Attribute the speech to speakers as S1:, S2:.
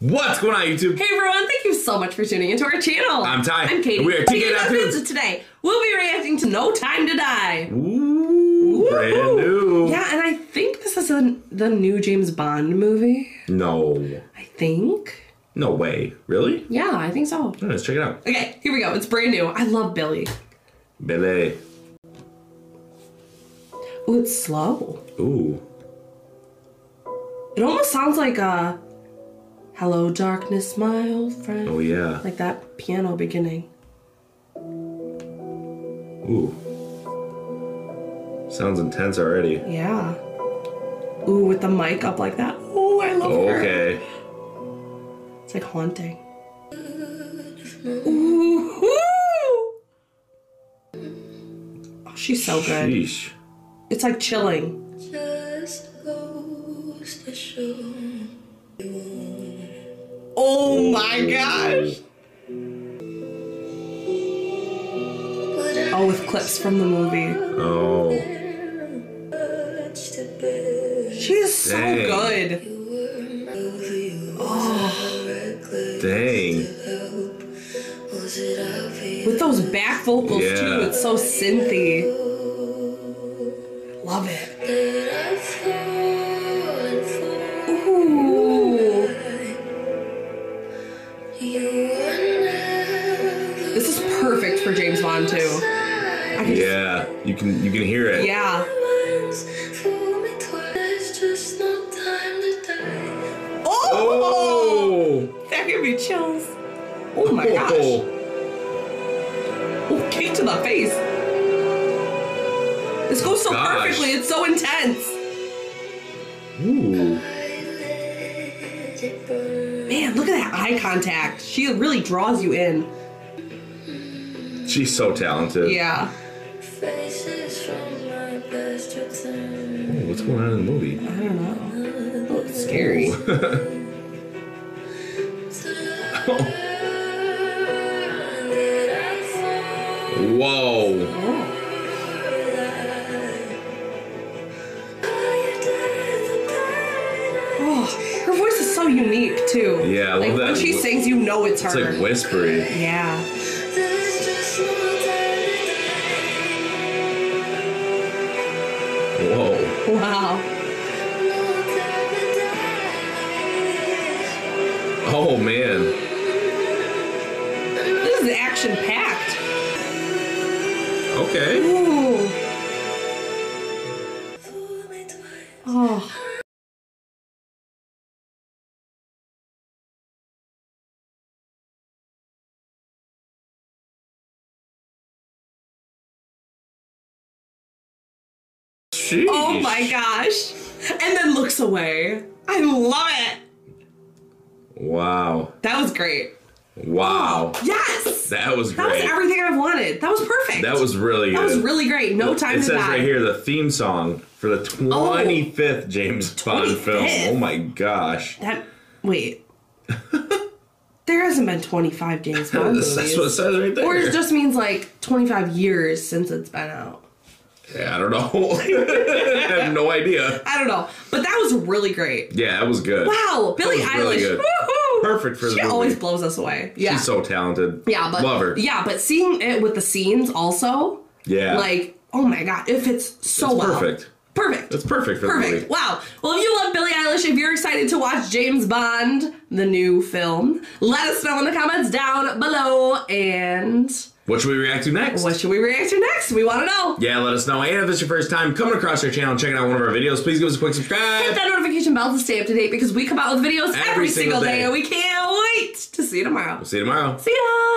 S1: What's going on, YouTube?
S2: Hey everyone, thank you so much for tuning into our channel.
S1: I'm Ty.
S2: I'm Katie.
S1: And we are TK
S2: TK
S1: Afternoons.
S2: Afternoons. Today, we'll be reacting to No Time to Die.
S1: Ooh, brand
S2: Woo-hoo.
S1: new.
S2: Yeah, and I think this is a, the new James Bond movie.
S1: No,
S2: I think.
S1: no way. Really?
S2: Yeah, I think so.
S1: Hmm, Let's check it out.
S2: Okay, here we go. It's brand new. I love Billy.
S1: Billy.
S2: Oh, it's slow.
S1: Ooh.
S2: It almost sounds like a Hello Darkness, my old friend.
S1: Oh yeah.
S2: Like that piano beginning.
S1: Ooh. Sounds intense already.
S2: Yeah. Ooh, with the mic up like that. Ooh, I love her.
S1: Okay.
S2: It's like haunting. Ooh. ooh. Oh, she's so good.
S1: Sheesh.
S2: It's like chilling.
S3: Just goes to show.
S2: Oh my gosh.
S3: But I
S2: Oh, with clips from the movie.
S1: Oh.
S3: am much to bear.
S2: She's so
S1: Dang.
S2: good.
S3: You were my you
S2: Oh,
S3: reckless.
S1: Dang.
S3: Help. Was it obvious?
S2: with those back vocals too.
S1: Yeah.
S2: It's so synthy. Love it.
S3: That I fallen for
S2: Ooh.
S3: you were never
S2: This is perfect for James Bond too. I can
S1: Yeah. You can you can hear it.
S2: Yeah.
S3: once. Fool me twice. Just no time to die.
S2: Oh,
S1: Oh.
S2: that gave me chills. Oh my gosh. Oh, kick to the face. This goes so
S1: Gosh.
S2: perfectly. It's so intense.
S1: Ooh.
S3: I let it burn.
S2: Man, look at that eye contact. She really draws you in.
S1: She's so talented.
S2: Yeah.
S3: Faces from my past return.
S1: Ooh, What's going on in the movie?
S2: I don't know. Oh, it's scary.
S3: To learn that I fall
S1: Whoa.
S2: Oh. Oh, her voice is so unique too.
S1: Yeah, I love
S2: like
S1: that.
S2: when she sings, you know it's her.
S1: It's like whispery.
S2: yeah.
S1: Whoa.
S2: Wow.
S1: Oh man.
S2: This is action packed.
S1: Okay.
S2: Ooh. Oh.
S1: Sheesh.
S2: Oh my gosh. And then looks away. I love it.
S1: Wow.
S2: That was great.
S1: Wow.
S2: Yes.
S1: That was
S2: That was
S1: great.
S2: everything I wanted. That was perfect.
S1: That was really
S2: That
S1: good.
S2: was really great. No time
S1: it
S2: to
S1: says
S2: die. Oh.
S1: right here the theme song for the 25th James Bond film.
S2: 25th?
S1: Oh my gosh.
S2: That wait. there hasn't been 25 James Bond
S1: That's, that's what it
S2: movies.
S1: says right there.
S2: Or it just means like 25 years since it's been out.
S1: yeah, I don't know. I have no idea.
S2: I don't know, but that was really great.
S1: Yeah, that was good.
S2: Wow, Billie
S1: was
S2: Eilish.
S1: really good.
S2: Woohoo!
S1: Perfect for the
S2: she
S1: movie.
S2: always blows us away. Yeah.
S1: She's so talented.
S2: yeah, but
S1: love her.
S2: Yeah, but seeing it with the scenes also.
S1: Yeah.
S2: Like, oh my god, it fits so
S1: It's
S2: well.
S1: perfect.
S2: Perfect.
S1: It's perfect for the movie.
S2: Perfect. Wow. Well, if you love Billie Eilish, if you're excited to watch James Bond, the new film, let us know in the comments down below. And
S1: What should we react to next?
S2: what should we react to next? We want to know.
S1: yeah, let us know. And if it's your first time coming across our channel and checking out one of our videos, please give us a quick
S2: Hit
S1: subscribe.
S2: that notification bell to stay up to date because we come out with videos every, single day. and we can't wait to see you tomorrow.
S1: See you tomorrow.
S2: See ya.